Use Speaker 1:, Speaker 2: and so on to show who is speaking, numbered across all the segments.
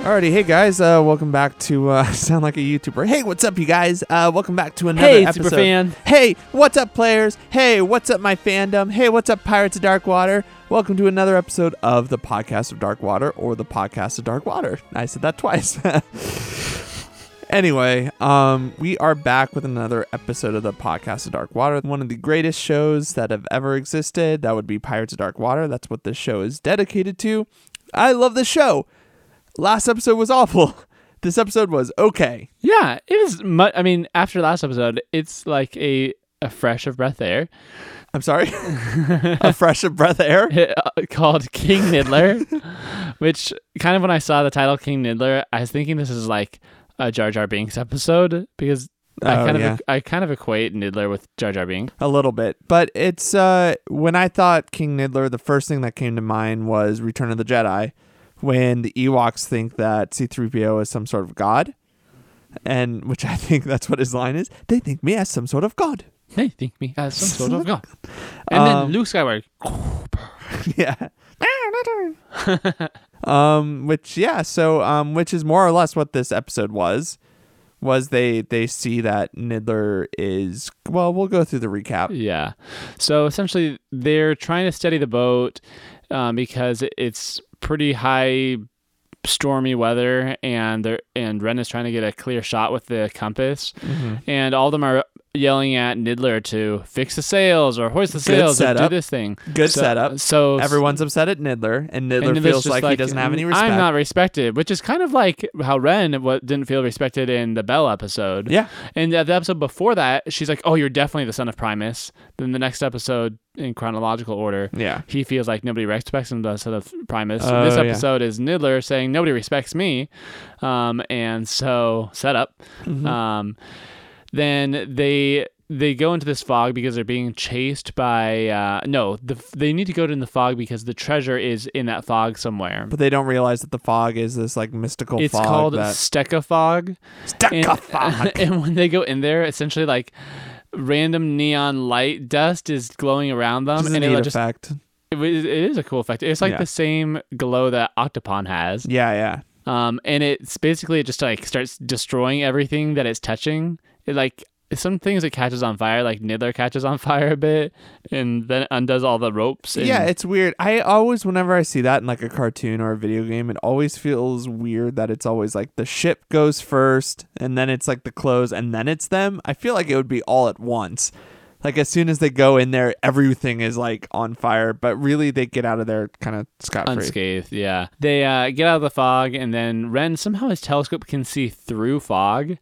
Speaker 1: Alrighty, hey guys, uh, welcome back to uh, sound like a YouTuber. Hey, what's up, you guys? Uh, welcome back to another
Speaker 2: Hey,
Speaker 1: episode.
Speaker 2: superfan.
Speaker 1: Hey, what's up, players? Hey, what's up, my fandom? Hey, what's up, Pirates of Dark Water? Welcome to another episode of the Podcast of Dark Water or the Podcast of Dark Water. I said that twice. anyway, um, we are back with another episode of the Podcast of Dark Water, one of the greatest shows that have ever existed. That would be Pirates of Dark Water. That's what this show is dedicated to. I love this show. Last episode was awful. This episode was okay.
Speaker 2: Yeah, it was. Mu- I mean, after last episode, it's like a a fresh of breath air
Speaker 1: I'm sorry. A fresh of breath of air.
Speaker 2: uh, called King Nidler, which kind of when I saw the title King Nidler, I was thinking this is like a Jar Jar Binks episode because I
Speaker 1: Oh,
Speaker 2: kind of
Speaker 1: yeah.
Speaker 2: I kind of equate Nidler with Jar Jar Binks.
Speaker 1: a little bit but it's uh when i thought king Nidler, the first thing that came to mind was return of the jedi when the ewoks think that c3po is some sort of god and which i think that's what his line is they think me as some sort of god
Speaker 2: They think me as some sort of god, and
Speaker 1: Um,
Speaker 2: then Luke Skywalker.
Speaker 1: yeah um which yeah so um which is more or less what this episode was was they they see that Nidler is well we'll go through the recap
Speaker 2: Yeah. So essentially, they're trying to steady the boat um, because it's pretty high stormy weather, and they're and Ren is trying to get a clear shot with the compass, and all of them are yelling at Nidler to fix the sails or hoist the sails or do
Speaker 1: setup.
Speaker 2: this thing.
Speaker 1: good
Speaker 2: So-
Speaker 1: setup
Speaker 2: So
Speaker 1: everyone's upset at Nidler and Nidler
Speaker 2: and Nidler's
Speaker 1: feels
Speaker 2: just "Mm,
Speaker 1: like, he doesn't have any respect
Speaker 2: I'm not respected, which is kind of like how Ren what didn't feel respected in the Bell episode.
Speaker 1: Yeah.
Speaker 2: And the the episode before that, she's like, "Oh, you're definitely the son of Primus." Then the next episode, in chronological order,
Speaker 1: Yeah.
Speaker 2: he feels like nobody respects him the son of Primus.
Speaker 1: Oh,
Speaker 2: this
Speaker 1: yeah.
Speaker 2: episode is Nidler saying nobody respects me, um, and so set up.
Speaker 1: Mm-hmm.
Speaker 2: Um, then they they go into this fog because they're being chased by uh, no the, they need to go in the fog because the treasure is in that fog somewhere
Speaker 1: But they don't realize that the fog is this like mystical
Speaker 2: it's
Speaker 1: fog.
Speaker 2: called
Speaker 1: that...
Speaker 2: Stecca Fog. And,
Speaker 1: Stecca fog.
Speaker 2: and when they go in there, essentially like random neon light dust is glowing around them,
Speaker 1: It's a
Speaker 2: um, and it
Speaker 1: neat
Speaker 2: like, just
Speaker 1: effect.
Speaker 2: it was- it is a cool effect. It's like
Speaker 1: Yeah.
Speaker 2: the same glow that Octopon has,
Speaker 1: Yeah, yeah.
Speaker 2: um, and it's basically just like starts destroying everything that it's touching. It like some things it catches on fire, like Nidler catches on fire a bit, and then it undoes all the ropes. And
Speaker 1: Yeah, it's weird. I always whenever I see that in like a cartoon or a video game, it always feels weird that it's always like the ship goes first and then it's like the clothes and then it's them. I feel like it would be all at once. Like as soon as they go in there, everything is like on fire, but really they get out of there kind of scot free.
Speaker 2: unscathed. Yeah, they uh, get out of the fog, and then Ren somehow his telescope can see through fog,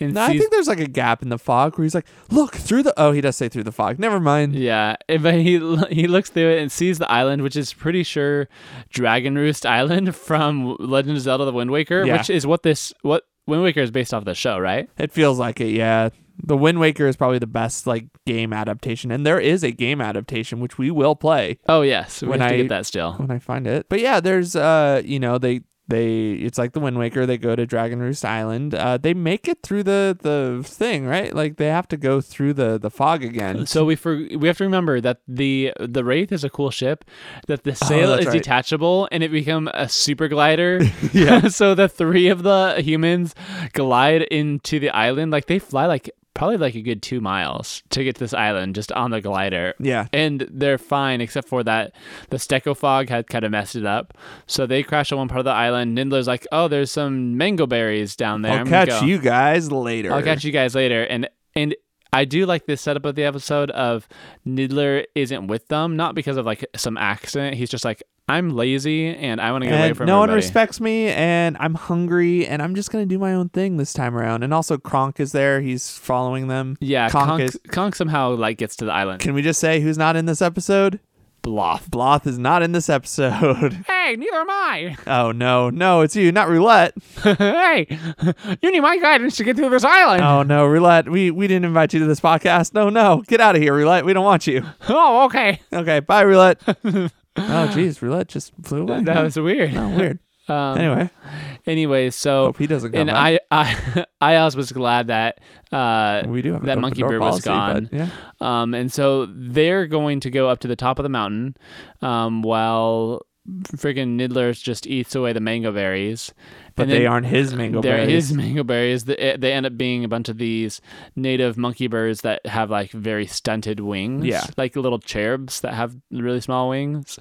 Speaker 2: and
Speaker 1: No, I
Speaker 2: sees.
Speaker 1: think there's like a gap in the fog where he's like, "Look through the." Oh, he does say through the fog. Never mind.
Speaker 2: yeah, and- but he l- he looks through it and sees the island, which is pretty sure Dragon Roost Island from Legend of Zelda: The Wind Waker,
Speaker 1: Yeah.
Speaker 2: which is what this what Wind Waker is based off the show, right?
Speaker 1: It feels like it, yeah. The Wind Waker is probably the best like game adaptation, and there is a game adaptation which we will play
Speaker 2: Oh yes, we
Speaker 1: When
Speaker 2: have to
Speaker 1: I-
Speaker 2: get that still.
Speaker 1: when I find it. But yeah, there's uh, you know, they they it's like the Wind Waker. They go to Dragon Roost Island. Uh, they make it through the the thing, right? Like they have to go through the the fog again.
Speaker 2: So we for, we have to remember that the the Wraith is a cool ship, that the sail
Speaker 1: Oh, that's
Speaker 2: is
Speaker 1: right.
Speaker 2: detachable and it become a super glider.
Speaker 1: Yeah.
Speaker 2: so the three of the humans glide into the island like they fly like probably like a good 2 miles to get to this island just on the glider.
Speaker 1: Yeah.
Speaker 2: And they're fine except for that the Stecco fog had kind of messed it up. So they crash on one part of the island. Nindler's like, "Oh, there's some mango berries down there."
Speaker 1: I'll
Speaker 2: I'm gonna
Speaker 1: catch
Speaker 2: go."
Speaker 1: you guys later.
Speaker 2: I'll catch you guys later. And and I do like this setup of the episode of Nidler isn't with them, not because of like some accident. He's just like, I'm lazy and I want to get away
Speaker 1: And no
Speaker 2: from
Speaker 1: one
Speaker 2: everybody."
Speaker 1: respects me, and I'm hungry, and I'm just gonna do my own thing this time around. And also, Kronk is there; he's following them.
Speaker 2: Yeah,
Speaker 1: Kronk
Speaker 2: Conk,
Speaker 1: is.
Speaker 2: Conk somehow like gets to the island.
Speaker 1: Can we just say who's not in this episode?
Speaker 2: Bloth.
Speaker 1: Bloth is not in this episode.
Speaker 2: Hey, neither am I.
Speaker 1: oh no, no, it's you, not Roulette.
Speaker 2: hey, you need my guidance to get through this island.
Speaker 1: Oh no, Roulette, we we didn't invite you to this podcast. No, no, get out of here, Roulette. We don't want you.
Speaker 2: oh, okay.
Speaker 1: Okay, bye, Roulette. oh jeez, Roulette just flew away.
Speaker 2: That was weird.
Speaker 1: oh, weird.
Speaker 2: Um,
Speaker 1: Anyway, Oh,
Speaker 2: anyway, so
Speaker 1: hope he doesn't come.
Speaker 2: and
Speaker 1: back.
Speaker 2: I, I, I also was glad that uh,
Speaker 1: we do have an
Speaker 2: that
Speaker 1: open
Speaker 2: monkey
Speaker 1: door
Speaker 2: bird was
Speaker 1: policy,
Speaker 2: gone.
Speaker 1: but yeah.
Speaker 2: Um, and so they're going to go up to the top of the mountain um, while friggin' Nidler just eats away the mango berries.
Speaker 1: but
Speaker 2: And
Speaker 1: they
Speaker 2: then
Speaker 1: aren't his mango
Speaker 2: There
Speaker 1: berries.
Speaker 2: is mango berries. They they end up being a bunch of these native monkey birds that have like very stunted wings.
Speaker 1: Yeah.
Speaker 2: Like little cherubs that have really small wings.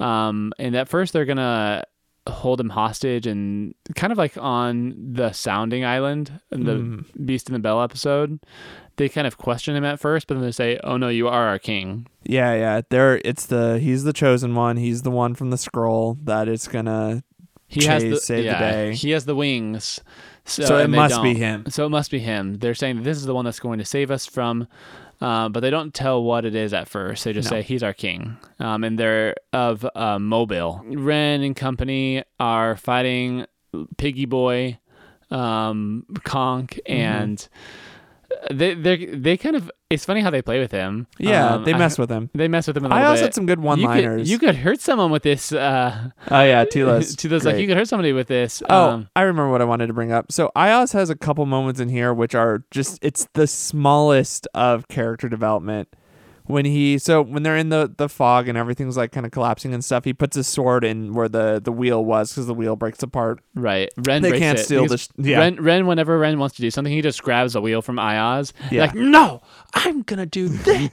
Speaker 2: Um, and at first they're going to hold him hostage and kind of like on the sounding island in the
Speaker 1: Hmm.
Speaker 2: Beast in the Bell episode. They kind of question him at first, but then they say, oh no, you are our king.
Speaker 1: Yeah, yeah. There, it's the he's the chosen one. He's the one from the scroll that is gonna.
Speaker 2: He
Speaker 1: Chase, save the day.
Speaker 2: He has the wings. So,
Speaker 1: So it
Speaker 2: and they
Speaker 1: must be
Speaker 2: don't.
Speaker 1: him.
Speaker 2: So it must be him. They're saying this is the one that's going to save us from, uh, but they don't tell what it is at first. They just
Speaker 1: No.
Speaker 2: say he's our king, um, and they're of uh, Mobile. Ren and company are fighting Piggy Boy, um, Conk,
Speaker 1: Mm-hmm.
Speaker 2: and uh, they they they kind of. It's funny how they play with him.
Speaker 1: Yeah,
Speaker 2: Um,
Speaker 1: they
Speaker 2: I-
Speaker 1: mess with him.
Speaker 2: They mess with him. A little
Speaker 1: I also
Speaker 2: bit.
Speaker 1: had some good
Speaker 2: You could-
Speaker 1: one-liners.
Speaker 2: You could, Um, hurt someone with this. Uh,
Speaker 1: oh yeah, Tila's.
Speaker 2: to those like
Speaker 1: great.
Speaker 2: you could hurt somebody with this.
Speaker 1: Oh,
Speaker 2: um,
Speaker 1: I remember what I wanted to bring up. So Ios has a couple moments in here which are just it's the smallest of character development. When he so when they're in the the fog and everything's like kind of collapsing and stuff, he puts his sword in where the the wheel was because the wheel breaks apart.
Speaker 2: right. Ren
Speaker 1: They
Speaker 2: breaks
Speaker 1: can't
Speaker 2: it
Speaker 1: steal the
Speaker 2: because
Speaker 1: sh- yeah.
Speaker 2: Ren, Ren, whenever Ren wants to do something, he just grabs a wheel from Iaz.
Speaker 1: Yeah.
Speaker 2: Like, no, I'm gonna do this.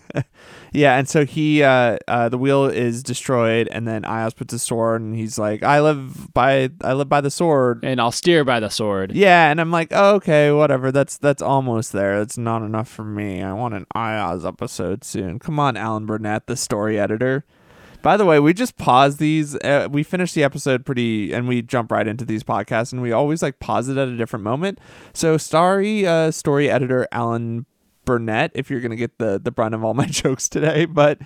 Speaker 1: Yeah, and so he uh, uh the wheel is destroyed, and then Ios puts his sword and he's like, I live by I live by the sword.
Speaker 2: and I'll steer by the sword.
Speaker 1: Yeah, and I'm like, oh, okay, whatever. That's that's almost there. That's not enough for me. I want an IOS episode soon. Come on, Alan Burnett, the story editor. By the way, we just pause these. Uh, we finish the episode pretty, and we jump right into these podcasts, and we always like pause it at a different moment. So, sorry, uh, story editor Alan Burnett, if you're gonna get the the brunt of all my jokes today, but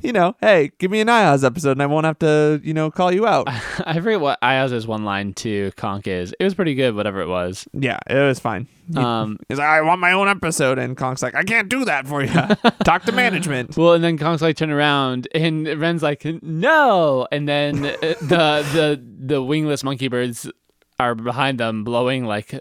Speaker 1: you know, hey, give me an IOS episode, and I won't have to, you know, call you out.
Speaker 2: I forget what Iaz's one line to Conk is. It was pretty good, whatever it was.
Speaker 1: yeah, it was fine.
Speaker 2: Um,
Speaker 1: He's like, I want my own episode, and Kong's like, I can't do that for you. Talk to management.
Speaker 2: well, and then Conk's like turn around, and Ren's like, no, and then uh, the the the wingless monkey birds are behind them, blowing like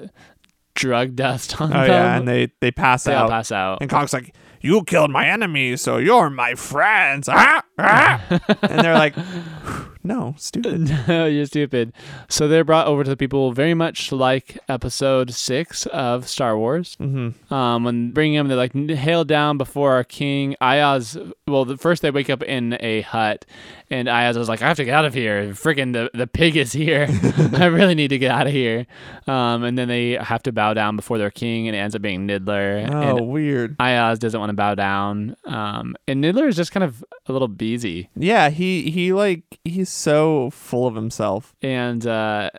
Speaker 2: drug dust on
Speaker 1: Oh
Speaker 2: them.
Speaker 1: yeah, and they they pass
Speaker 2: they all
Speaker 1: out,
Speaker 2: pass out.
Speaker 1: and Kong's like, you killed my enemies, so you're my friends. Ah, ah. and they're like, no, stupid.
Speaker 2: no, you're stupid. So they're brought over to the people very much like episode six of Star Wars. Mm-hmm. Um, when bringing them, they're like, hail down before our king. Ayaz, well, the, first they wake up in a hut, and Ayaz was like, I have to get out of here. Freaking the, the pig is here. I really need to get out of here. Um, and then they have to bow down before their king, and it ends up being Nidler.
Speaker 1: Oh,
Speaker 2: And
Speaker 1: weird.
Speaker 2: Ayaz doesn't want to bow down. Um, and Nidler is just kind of a little busy.
Speaker 1: Yeah, he he like he's so full of himself.
Speaker 2: and uh,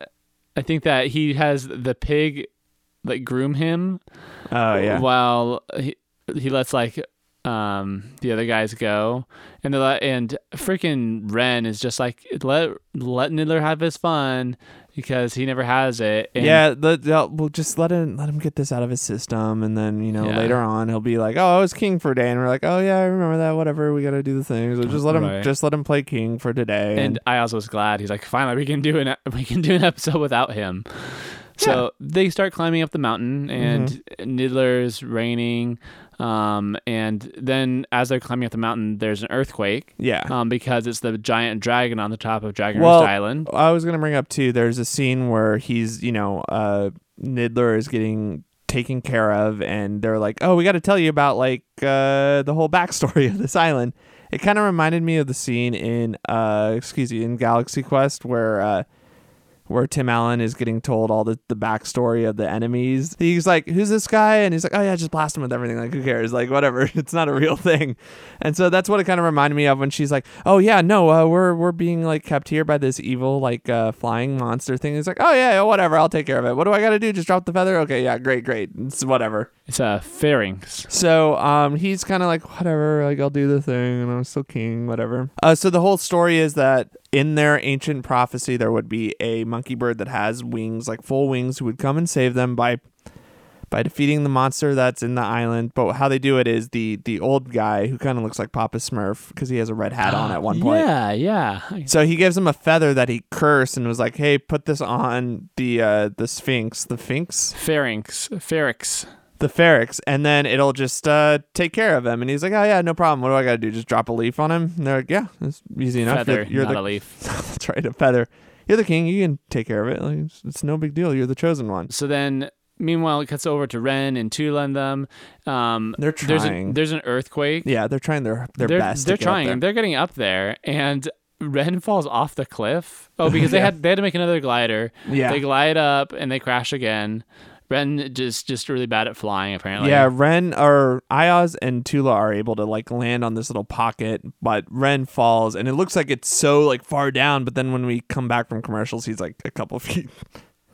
Speaker 2: I think that he has the pig like groom him
Speaker 1: Oh
Speaker 2: while he, he lets like um the other guys go and the and freaking Ren is just like let let Nidler have his fun because he never has it and
Speaker 1: yeah, the, the, we'll just let him let him get this out of his system, and then you know
Speaker 2: Yeah.
Speaker 1: later on he'll be like, "Oh, I was king for a day," and we're like, "Oh yeah, I remember that. Whatever, we gotta do the things. So just let him
Speaker 2: Right.
Speaker 1: just let him play king for today."
Speaker 2: and I also was glad he's like finally we can do an e-, we can do an episode without him. So they start climbing up the mountain, and
Speaker 1: Mm-hmm.
Speaker 2: Nidler's raining, um, and then as they're climbing up the mountain, there's an earthquake,
Speaker 1: yeah,
Speaker 2: um, because it's the giant dragon on the top of Dragon
Speaker 1: Well-
Speaker 2: Roost Island.
Speaker 1: I was gonna bring up too. There's a scene where he's, you know, uh, Nidler is getting taken care of, and they're like, "Oh, we got to tell you about like uh, the whole backstory of this island." It kind of reminded me of the scene in, uh, excuse me, in Galaxy Quest where. Uh, where Tim Allen is getting told all the, the backstory of the enemies. He's like, Who's this guy? And he's like, Oh, yeah, just blast him with everything. Like, who cares? Like, whatever. It's not a real thing. And so that's what it kind of reminded me of when she's like, Oh, yeah, no, uh, we're, we're being like kept here by this evil, like, uh, flying monster thing. He's like, Oh, yeah, yeah, whatever. I'll take care of it. What do I got to do? Just drop the feather? Okay, yeah, great, great. It's whatever.
Speaker 2: It's a pharynx.
Speaker 1: So um, he's kind of like, whatever, like I'll do the thing, and I'm still king, whatever. Uh, so the whole story is that in their ancient prophecy, there would be a monkey bird that has wings, like full wings, who would come and save them by by defeating the monster that's in the island. But how they do it is the the old guy who kind of looks like Papa Smurf because he has a red hat on at one point.
Speaker 2: Yeah, yeah.
Speaker 1: So he gives him a feather that he cursed and was like, "Hey, put this on the uh, the Sphinx, the Sphinx,
Speaker 2: Pharynx, pharynx.
Speaker 1: the ferrex and then it'll just uh, take care of him and he's like oh yeah no problem what do i gotta do just drop a leaf on him and they're like yeah it's easy enough
Speaker 2: Feather,
Speaker 1: you're, you're
Speaker 2: not
Speaker 1: the
Speaker 2: a leaf.
Speaker 1: that's right a feather You're the king. You can take care of it. Like, it's, it's no big deal. You're the chosen one.
Speaker 2: So then, meanwhile, it cuts over to Ren and Tula and them. Um,
Speaker 1: They're
Speaker 2: there's
Speaker 1: trying.
Speaker 2: an, there's an earthquake.
Speaker 1: Yeah, they're trying their their
Speaker 2: they're,
Speaker 1: best. to
Speaker 2: They're
Speaker 1: get up
Speaker 2: trying.
Speaker 1: there.
Speaker 2: They're getting up there, and Ren falls off the cliff. Oh, because they
Speaker 1: Yeah.
Speaker 2: had they had to make another glider.
Speaker 1: Yeah.
Speaker 2: They glide up and they crash again. Ren just just really bad at flying apparently.
Speaker 1: Yeah, Ren or Ayaz and Tula are able to like land on this little pocket, but Ren falls and it looks like it's so like far down, but then when we come back from commercials, he's like a couple feet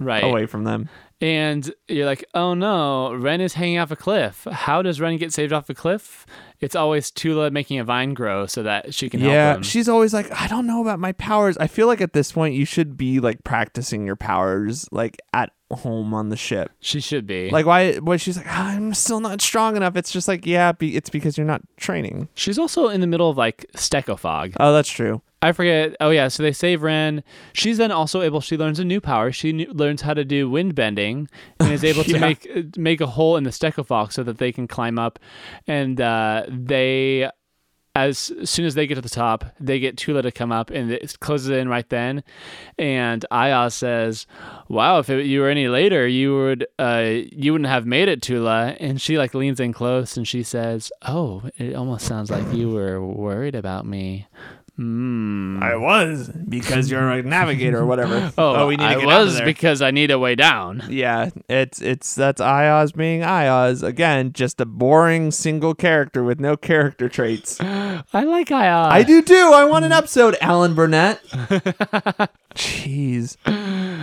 Speaker 2: Right.
Speaker 1: away from them.
Speaker 2: And you're like, oh no, Ren is hanging off a cliff. How does Ren get saved off a cliff? It's always Tula making a vine grow so that she can
Speaker 1: yeah,
Speaker 2: help him.
Speaker 1: she's always like, I don't know about my powers. I feel like at this point you should be like practicing your powers like at home on the ship.
Speaker 2: she should be.
Speaker 1: Like why why she's like, "Ah, I'm still not strong enough. It's just like, yeah, be, it's because you're not training.
Speaker 2: she's also in the middle of like stechofog.
Speaker 1: Oh, that's true.
Speaker 2: I forget. Oh yeah, so they save Ren. She's then also able. She learns a new power. She knew, learns how to do wind bending and is able
Speaker 1: Yeah.
Speaker 2: to make uh, make a hole in the Stegofox so that they can climb up. And uh, they, as soon as they get to the top, they get Tula to come up and it closes in right then. And Ayaz says, "Wow, if it, you were any later, you would uh, you wouldn't have made it, Tula." And she like leans in close and she says, "Oh, it almost sounds like you were worried about me." Hmm.
Speaker 1: Mm. I was because you're a navigator or whatever.
Speaker 2: Oh,
Speaker 1: we need to
Speaker 2: I
Speaker 1: get out of
Speaker 2: was
Speaker 1: there.
Speaker 2: because I need a way down.
Speaker 1: Yeah, it's it's that's Ayaz being Ayaz again, just a boring single character with no character traits.
Speaker 2: I like I. Uh,
Speaker 1: I do too. I want an episode, Alan Burnett. Jeez.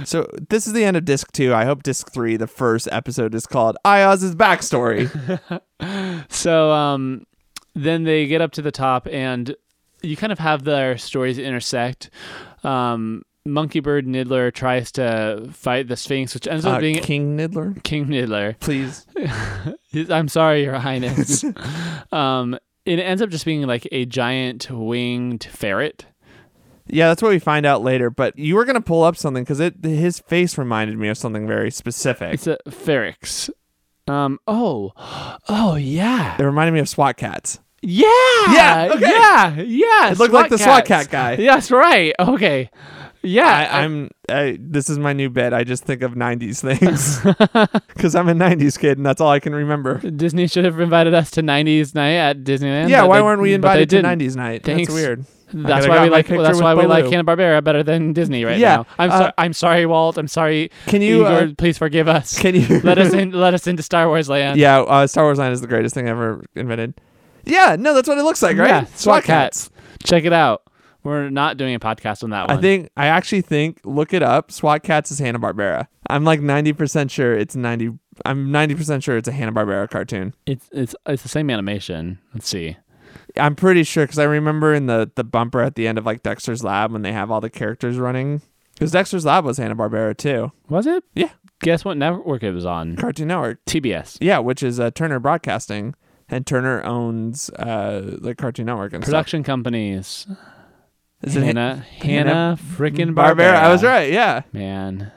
Speaker 1: So this is the end of disc two. I hope disc three, the first episode, is called Ayaz's backstory.
Speaker 2: So um, then they get up to the top, and you kind of have their stories intersect. Um, Monkey Bird Niddler tries to fight the Sphinx, which ends up
Speaker 1: Uh,
Speaker 2: being
Speaker 1: King Niddler,
Speaker 2: King Niddler.
Speaker 1: please.
Speaker 2: I'm sorry, Your Highness. um, it ends up just being like a giant winged ferret.
Speaker 1: Yeah, that's what we find out later. But you were gonna pull up something because it his face reminded me of something very specific.
Speaker 2: It's a ferrix. Um, oh, oh yeah.
Speaker 1: It reminded me of SWAT cats.
Speaker 2: Yeah.
Speaker 1: Yeah, okay.
Speaker 2: Yeah. Yeah.
Speaker 1: It looked like the SWAT cat guy.
Speaker 2: Yes, right. Okay. Yeah.
Speaker 1: I, I'm. I, this is my new bed. I just think of '90s things because I'm a '90s kid, and that's all I can remember.
Speaker 2: Uh, Disney should have invited us to 90s night at Disneyland.
Speaker 1: yeah,
Speaker 2: but
Speaker 1: why
Speaker 2: they-
Speaker 1: weren't we
Speaker 2: but they
Speaker 1: invited to
Speaker 2: didn't.
Speaker 1: '90s night?
Speaker 2: Thanks.
Speaker 1: That's weird.
Speaker 2: That's
Speaker 1: could've
Speaker 2: why
Speaker 1: got
Speaker 2: we
Speaker 1: my
Speaker 2: like.
Speaker 1: picture
Speaker 2: That's
Speaker 1: with
Speaker 2: why we like
Speaker 1: Baloo.
Speaker 2: Hanna Barbera better than Disney right
Speaker 1: Yeah,
Speaker 2: now. I'm
Speaker 1: uh,
Speaker 2: so, I'm sorry, Walt. I'm sorry.
Speaker 1: Can you, uh,
Speaker 2: Igor, please forgive us?
Speaker 1: Can you
Speaker 2: let us in? Let us into Star Wars land.
Speaker 1: Yeah, uh, Star Wars Line is the greatest thing ever invented. Yeah, no, that's what it looks like, right?
Speaker 2: Yeah, SWAT cats. Check it out. We're not doing a podcast on that
Speaker 1: I
Speaker 2: one.
Speaker 1: think I actually think look it up. SWAT cats is Hanna Barbera. I'm like 90% sure it's 90. I'm 90% sure it's a Hanna Barbera cartoon.
Speaker 2: it's it's it's the same animation. Let's see.
Speaker 1: I'm pretty sure because I remember in the the bumper at the end of like Dexter's Lab when they have all the characters running. Because Dexter's Lab was Hanna Barbera too,
Speaker 2: Was it?
Speaker 1: Yeah.
Speaker 2: Guess what network it was on?
Speaker 1: Cartoon Network.
Speaker 2: TBS.
Speaker 1: Yeah, which is uh, Turner Broadcasting, and Turner owns uh like Cartoon Network and stuff.
Speaker 2: Production companies.
Speaker 1: Is it
Speaker 2: Hannah, Hannah, frickin'
Speaker 1: Barbera?
Speaker 2: Barbera.
Speaker 1: I was right. Yeah,
Speaker 2: Man.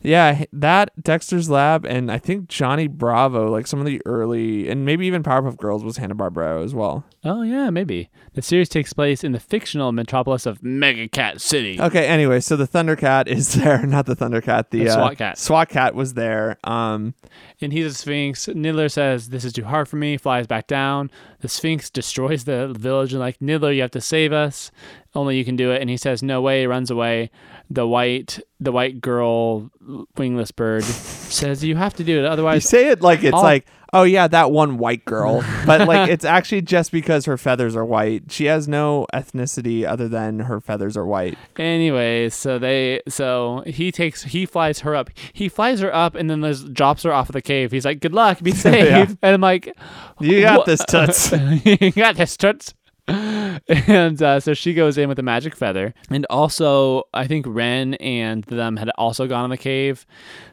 Speaker 1: yeah. That Dexter's Lab and I think Johnny Bravo, like some of the early and maybe even Powerpuff Girls was Hanna Barbera as well.
Speaker 2: Oh yeah, maybe. The series takes place in the fictional metropolis of Mega Cat City.
Speaker 1: Okay, anyway, so the Thundercat is there, not the Thundercat, the,
Speaker 2: The
Speaker 1: uh,
Speaker 2: SWAT cat.
Speaker 1: SWAT cat was there. Um,
Speaker 2: And he's a Sphinx. Niddler says, This is too hard for me, flies back down. The Sphinx destroys the village and like, Niddler, you have to save us. Only you can do it. And he says, No way, runs away. The white the white girl wingless bird says, You have to do it,
Speaker 1: You
Speaker 2: otherwise
Speaker 1: say it like it's
Speaker 2: all-
Speaker 1: like, oh yeah, that one white girl, but like it's actually just because her feathers are white. She has no ethnicity other than her feathers are white.
Speaker 2: Anyways, so they so he takes he flies her up. He flies her up and then there's, drops her off of the cave. He's like, "Good luck, be safe."
Speaker 1: Yeah.
Speaker 2: And I'm like,
Speaker 1: You got
Speaker 2: "Wha-
Speaker 1: this, Tuts.
Speaker 2: you got this, toots." And uh, so she goes in with a magic feather. And also, I think Ren and them had also gone in the cave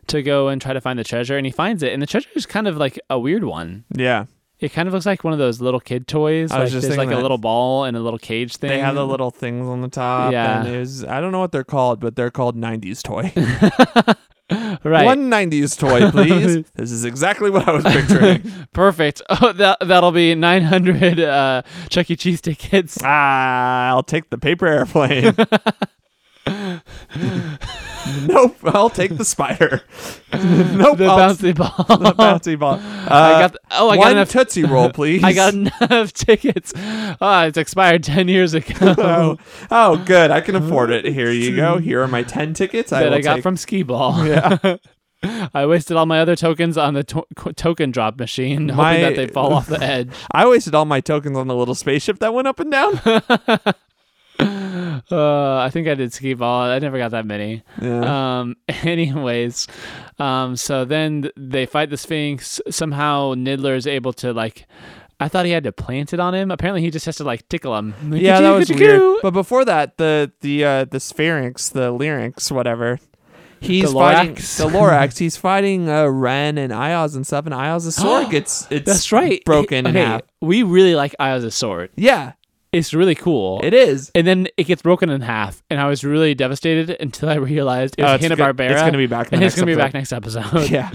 Speaker 2: to go and try to find the treasure. And he finds it, and the treasure is kind of like a weird one.
Speaker 1: yeah,
Speaker 2: It kind of looks like one of those little kid toys.
Speaker 1: I was
Speaker 2: like,
Speaker 1: just
Speaker 2: there's
Speaker 1: thinking
Speaker 2: like a
Speaker 1: that.
Speaker 2: little ball and a little cage thing.
Speaker 1: they have the little things on the top.
Speaker 2: Yeah.
Speaker 1: and it was, I don't know what they're called, but they're called '90s toy.
Speaker 2: right.
Speaker 1: One '90s toy, please. this is exactly what I was picturing.
Speaker 2: Perfect. Oh, that that'll be 900 uh, Chuck E. Cheese tickets.
Speaker 1: ah, I'll take the paper airplane. nope, I'll take the spider. nope,
Speaker 2: the
Speaker 1: I'll- the
Speaker 2: bouncy ball.
Speaker 1: bouncy ball.
Speaker 2: I
Speaker 1: Uh,
Speaker 2: got. Oh, I
Speaker 1: one
Speaker 2: got enough.
Speaker 1: tootsie roll, please.
Speaker 2: I got enough tickets. Ah, it's expired ten years ago.
Speaker 1: Oh, oh, good. I can afford it. Here you go. Here are my ten tickets. I
Speaker 2: that
Speaker 1: will
Speaker 2: I got
Speaker 1: take-
Speaker 2: from skee ball. I wasted all my other tokens on the to- qu- token drop machine,
Speaker 1: My-
Speaker 2: hoping that they fall off the edge.
Speaker 1: I wasted all my tokens on the little spaceship that went up and down.
Speaker 2: Uh, I think I did skee ball. I never got that many.
Speaker 1: Yeah.
Speaker 2: Um, anyways, um, so then th- they fight the Sphinx. Somehow Niddler is able to like. I thought he had to plant it on him. Apparently, he just has to like tickle him.
Speaker 1: yeah, that was
Speaker 2: Coo-choo-coo.
Speaker 1: weird. But before that, the the uh, the Sphinx, the Lyrinx, whatever. He's
Speaker 2: The
Speaker 1: fighting
Speaker 2: Lorax.
Speaker 1: the Lorax. He's fighting uh, Ren and Ios and stuff. And Ios' sword gets it's
Speaker 2: That's right.
Speaker 1: broken
Speaker 2: okay,
Speaker 1: in half.
Speaker 2: We really like Io's sword.
Speaker 1: Yeah,
Speaker 2: It's really cool.
Speaker 1: it is.
Speaker 2: and then it gets broken in half, and I was really devastated until I realized it was
Speaker 1: Oh, it's
Speaker 2: Hanna Barbera.
Speaker 1: go- it's gonna be back in the
Speaker 2: and it's
Speaker 1: next
Speaker 2: gonna be
Speaker 1: episode.
Speaker 2: back next episode.
Speaker 1: Yeah.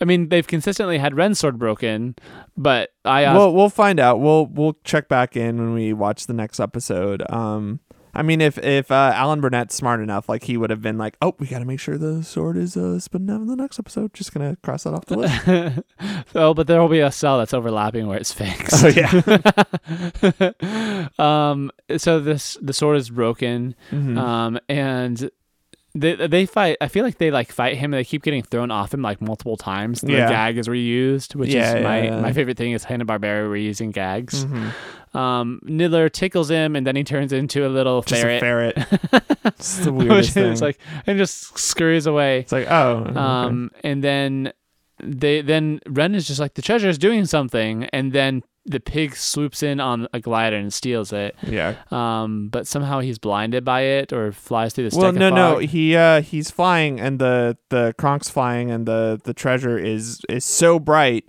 Speaker 2: I mean, they've consistently had Ren's sword broken, but I
Speaker 1: Well, we'll find out. We'll we'll check back in when we watch the next episode. Um, I mean, if if uh, Alan Burnett's smart enough, like he would have been like, "Oh, we got to make sure the sword is uh, spinning out in the next episode." Just gonna cross that off the list.
Speaker 2: oh, but there will be a cell that's overlapping where it's fixed.
Speaker 1: oh yeah.
Speaker 2: um, so this the sword is broken,
Speaker 1: Mm-hmm.
Speaker 2: um, and they they fight. I feel like they like fight him, and they keep getting thrown off him like multiple times. The
Speaker 1: Yeah.
Speaker 2: gag is reused, which
Speaker 1: Yeah,
Speaker 2: is my
Speaker 1: yeah.
Speaker 2: my favorite thing is Hanna Barbera reusing gags.
Speaker 1: Mhm.
Speaker 2: Um, Niddler tickles him, and then he turns into a little
Speaker 1: Just
Speaker 2: ferret,
Speaker 1: a ferret. it's the weirdest
Speaker 2: which
Speaker 1: thing.
Speaker 2: is like and just scurries away.
Speaker 1: it's like oh. okay.
Speaker 2: Um, and then they then Ren is just like the treasure is doing something, and then the pig swoops in on a glider and steals it.
Speaker 1: yeah.
Speaker 2: Um, but somehow he's blinded by it or flies through the
Speaker 1: Well,
Speaker 2: stick
Speaker 1: no,
Speaker 2: of
Speaker 1: no.
Speaker 2: fog.
Speaker 1: He uh, he's flying, and the the Kronk's flying, and the the treasure is is so bright,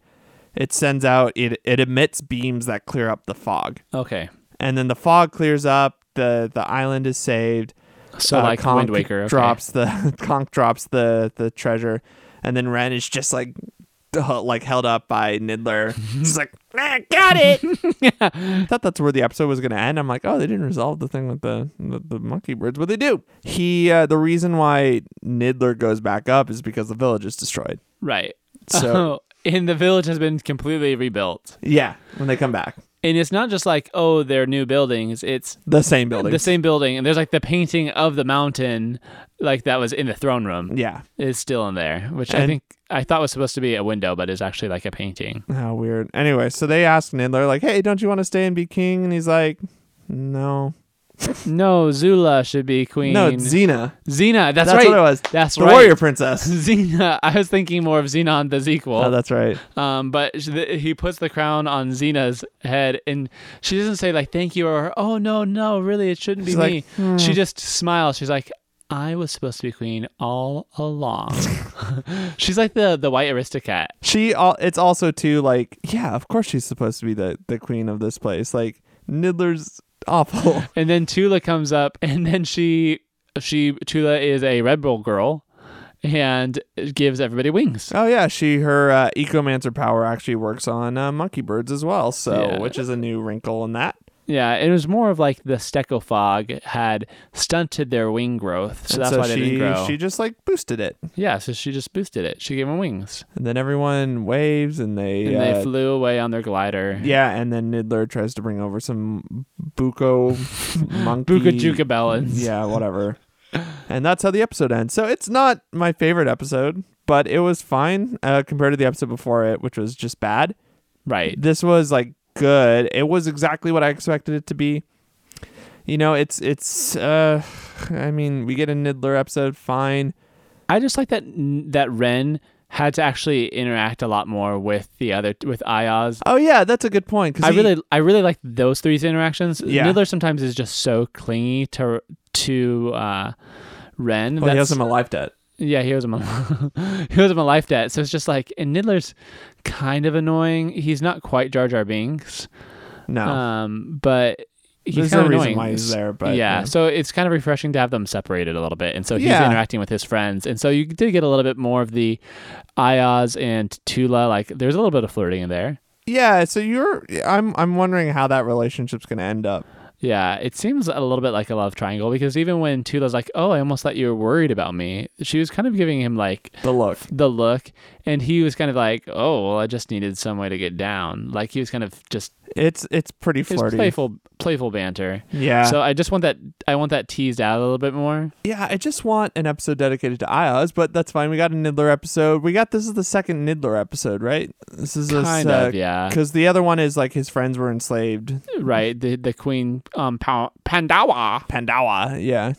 Speaker 1: it sends out it it emits beams that clear up the fog.
Speaker 2: Okay,
Speaker 1: and then the fog clears up. the The island is saved.
Speaker 2: so
Speaker 1: Uh,
Speaker 2: like
Speaker 1: Konk
Speaker 2: Wind Waker okay.
Speaker 1: drops the Conk drops the the treasure, and then Ren is just like uh, like held up by Nidler. He's like, "Ah, got it. I thought that's where the episode was going to end. I'm like, oh, they didn't resolve the thing with the the, the monkey birds, but they do. He uh, the reason why Nidler goes back up is because the village is destroyed.
Speaker 2: Right.
Speaker 1: So
Speaker 2: So. And the village has been completely rebuilt.
Speaker 1: yeah, when they come back,
Speaker 2: And it's not just like, oh, they're new buildings. It's
Speaker 1: the same building.
Speaker 2: the same building. And there's like the painting of the mountain, like that was in the throne room.
Speaker 1: Yeah.
Speaker 2: is still in there, which I
Speaker 1: And-
Speaker 2: think I thought was supposed to be a window, but is actually like a painting.
Speaker 1: How weird. Anyway, so they asked Nidler, like, hey, don't you want to stay and be king? And he's like, no.
Speaker 2: No, Zula should be queen.
Speaker 1: No, it's Xena.
Speaker 2: Xena. That's,
Speaker 1: That's
Speaker 2: right.
Speaker 1: what it was.
Speaker 2: That's
Speaker 1: the
Speaker 2: right.
Speaker 1: warrior princess.
Speaker 2: Xena. I was thinking more of Xenon the
Speaker 1: Oh,
Speaker 2: sequel.
Speaker 1: that's right.
Speaker 2: um, but sh- th- he puts the crown on Xena's head, and she doesn't say like "thank you" or "oh no, no, really, it shouldn't
Speaker 1: She's
Speaker 2: be
Speaker 1: like, "Hmm."
Speaker 2: me." She just smiles. She's like. I was supposed to be queen all along. She's like the the white aristocrat.
Speaker 1: She, al- it's also too, like, yeah, of course she's supposed to be the, the queen of this place. Like, Nidler's awful.
Speaker 2: And then Tula comes up, and then she she Tula is a Red Bull girl, and gives everybody wings.
Speaker 1: oh, yeah, she, her uh, ecomancer power actually works on uh, monkey birds as well. So,
Speaker 2: Yeah.
Speaker 1: which is a new wrinkle in that.
Speaker 2: Yeah, it was more of like the Stecco fog had stunted their wing growth, so
Speaker 1: And
Speaker 2: that's why they
Speaker 1: she,
Speaker 2: didn't grow.
Speaker 1: she just, like, boosted it.
Speaker 2: yeah, so she just boosted it. She gave them wings,
Speaker 1: And then everyone waves and they,
Speaker 2: and
Speaker 1: uh,
Speaker 2: they flew away on their glider.
Speaker 1: Yeah, and then Nidler tries to bring over some Buko monkey.
Speaker 2: Buka Juka Bellins.
Speaker 1: Yeah, whatever. and that's how the episode ends. So it's not my favorite episode, but it was fine uh, compared to the episode before it, which was just bad.
Speaker 2: Right.
Speaker 1: This was like good. It was exactly what I expected it to be. You know, it's it's. uh I mean, we get a Nidler episode, fine.
Speaker 2: I just like that that Ren had to actually interact a lot more with the other with Ayaz
Speaker 1: Oh yeah, that's a good point. 'cause
Speaker 2: I
Speaker 1: he- Oh,
Speaker 2: really, I really like those three interactions.
Speaker 1: Yeah.
Speaker 2: Nidler sometimes is just so clingy to to uh, Ren.
Speaker 1: well, he
Speaker 2: That's-
Speaker 1: has him a life debt.
Speaker 2: yeah, he owes him a he owes him a life debt. So it's just like, and Nidler's kind of annoying. He's not quite Jar Jar Binks,
Speaker 1: No,
Speaker 2: um, but he's
Speaker 1: there's
Speaker 2: kind
Speaker 1: no
Speaker 2: of
Speaker 1: reason
Speaker 2: annoying.
Speaker 1: why he's there. But
Speaker 2: yeah, so it's kind of refreshing to have them separated a little bit, and so he's
Speaker 1: Yeah.
Speaker 2: interacting with his friends, and so you did get a little bit more of the Ayaz and Tula. Like, there's a little bit of flirting in there.
Speaker 1: Yeah, so you're I'm I'm wondering how that relationship's going to end up.
Speaker 2: Yeah, it seems a little bit like a love triangle because even when Tula's like, "Oh, I almost thought you were worried about me," she was kind of giving him like
Speaker 1: The look.
Speaker 2: the look, and he was kind of like, "Oh, well, I just needed some way to get down." Like he was kind of just
Speaker 1: It's it's pretty
Speaker 2: it was
Speaker 1: flirty.
Speaker 2: playful, playful banter.
Speaker 1: Yeah.
Speaker 2: So I just want that I want that teased out a little bit more.
Speaker 1: yeah, I just want an episode dedicated to IOS, but that's fine. We got a Niddler episode. We got this is the second Niddler episode, right? This uh, is a
Speaker 2: Kind
Speaker 1: sec-
Speaker 2: of, yeah.
Speaker 1: Because the other one is like his friends were enslaved.
Speaker 2: Right, the the queen um pa- Pandawa,
Speaker 1: Pandawa. Yeah.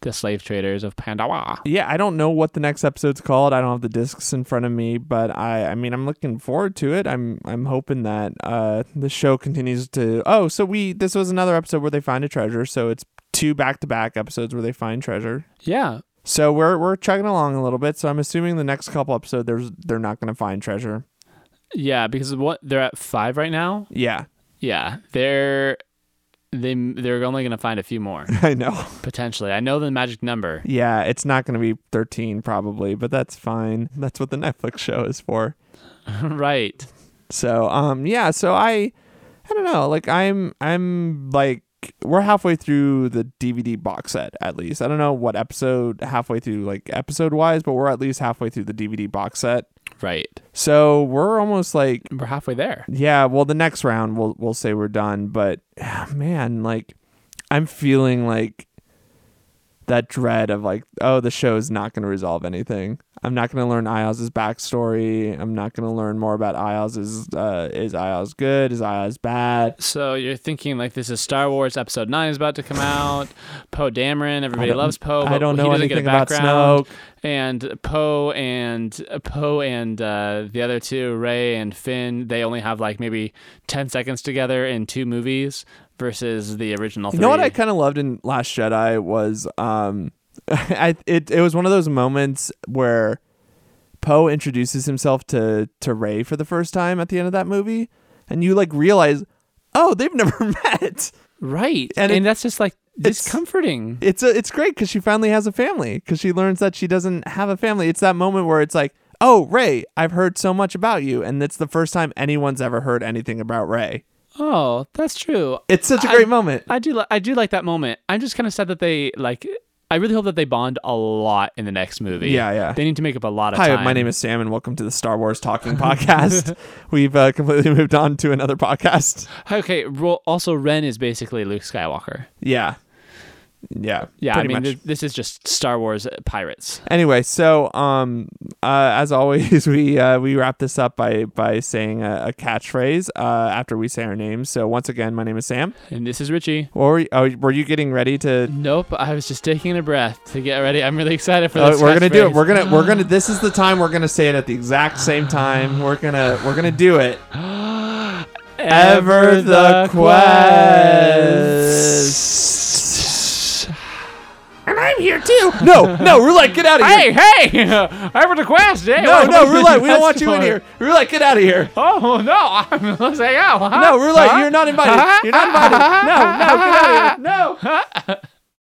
Speaker 2: the slave traders of Pandawa.
Speaker 1: Yeah, I don't know what the next episode's called. I don't have the discs in front of me, but I I mean I'm looking forward to it. I'm I'm hoping that uh the show continues to Oh, so we this was another episode where they find a treasure, so it's two back-to-back episodes where they find treasure.
Speaker 2: Yeah.
Speaker 1: So we're we're chugging along a little bit. So I'm assuming the next couple episodes there's they're not going to find treasure.
Speaker 2: Yeah, because what they're at 5 right now.
Speaker 1: Yeah,
Speaker 2: Yeah, they're they they're only going to find a few more
Speaker 1: I know.
Speaker 2: potentially. I know the magic number.
Speaker 1: Yeah, it's not going to be 13 probably, but that's fine. That's what the Netflix show is for.
Speaker 2: right.
Speaker 1: So um yeah, so I I don't know, like I'm I'm like we're halfway through the DVD box set at least. I don't know what episode halfway through like episode wise, but we're at least halfway through the DVD box set.
Speaker 2: Right.
Speaker 1: So we're almost like
Speaker 2: We're halfway there.
Speaker 1: yeah, well the next round we'll we'll say we're done, but man, like I'm feeling like that dread of like oh the show is not going to resolve anything. I'm not going to learn Ios's backstory. I'm not going to learn more about Ios is uh, is Ios good? Is Ios bad?
Speaker 2: So you're thinking like this is Star Wars Episode Nine is about to come out. Poe Dameron, everybody
Speaker 1: don't-
Speaker 2: loves Poe.
Speaker 1: I
Speaker 2: but
Speaker 1: don't
Speaker 2: he
Speaker 1: know
Speaker 2: doesn't get a
Speaker 1: anything about
Speaker 2: background.
Speaker 1: Snoke.
Speaker 2: And Poe and Poe and uh, the other two, Ray and Finn, they only have like maybe ten seconds together in two movies versus the original.
Speaker 1: You know what
Speaker 2: three.
Speaker 1: I kind of loved in Last Jedi was um I it it was one of those moments where Poe introduces himself to to Ray for the first time at the end of that movie and you like realize oh they've never met.
Speaker 2: Right.
Speaker 1: And
Speaker 2: And,
Speaker 1: it-
Speaker 2: that's just like
Speaker 1: it's-
Speaker 2: discomforting.
Speaker 1: It's a, it's great cuz she finally has a family cuz she learns that she doesn't have a family. It's that moment where it's like oh Ray I've heard so much about you and it's the first time anyone's ever heard anything about Ray.
Speaker 2: Oh, that's true.
Speaker 1: It's such a
Speaker 2: I-
Speaker 1: great moment.
Speaker 2: I do li- I do like that moment. I'm just kind of sad that they like I really hope that they bond a lot in the next movie.
Speaker 1: Yeah, yeah.
Speaker 2: They need to make up a lot of
Speaker 1: Hi,
Speaker 2: time.
Speaker 1: my name is Sam, and welcome to the Star Wars Talking Podcast. We've uh, completely moved on to another podcast.
Speaker 2: Okay, ro- also Ren is basically Luke Skywalker.
Speaker 1: Yeah, yeah,
Speaker 2: Yeah,
Speaker 1: pretty
Speaker 2: I mean
Speaker 1: much.
Speaker 2: th- this is just Star Wars pirates.
Speaker 1: anyway, so um, uh, as always, we uh, we wrap this up by by saying a, a catchphrase uh, after we say our names. So once again, my name is Sam.
Speaker 2: And this is Richie.
Speaker 1: What were you, oh, were you getting ready to?
Speaker 2: Nope, I was just taking a breath to get ready. I'm really excited for
Speaker 1: Oh,
Speaker 2: this.
Speaker 1: we're gonna do it.
Speaker 2: catchphrase.
Speaker 1: We're gonna we're gonna. This is the time we're gonna say it at the exact same time. We're gonna we're gonna do it. Ever the quest. And I'm here too. No, no, roulette, get out of
Speaker 2: Hey,
Speaker 1: here.
Speaker 2: hey! Ever the quest. Hey,
Speaker 1: no,
Speaker 2: what-
Speaker 1: no,
Speaker 2: what-
Speaker 1: roulette, we don't want
Speaker 2: that's
Speaker 1: you in
Speaker 2: fine.
Speaker 1: here. Roulette, get out of here.
Speaker 2: Oh no! I'm let's hang out. Huh?
Speaker 1: No, roulette, you're not invited. You're not invited. No, no, get out of here. No.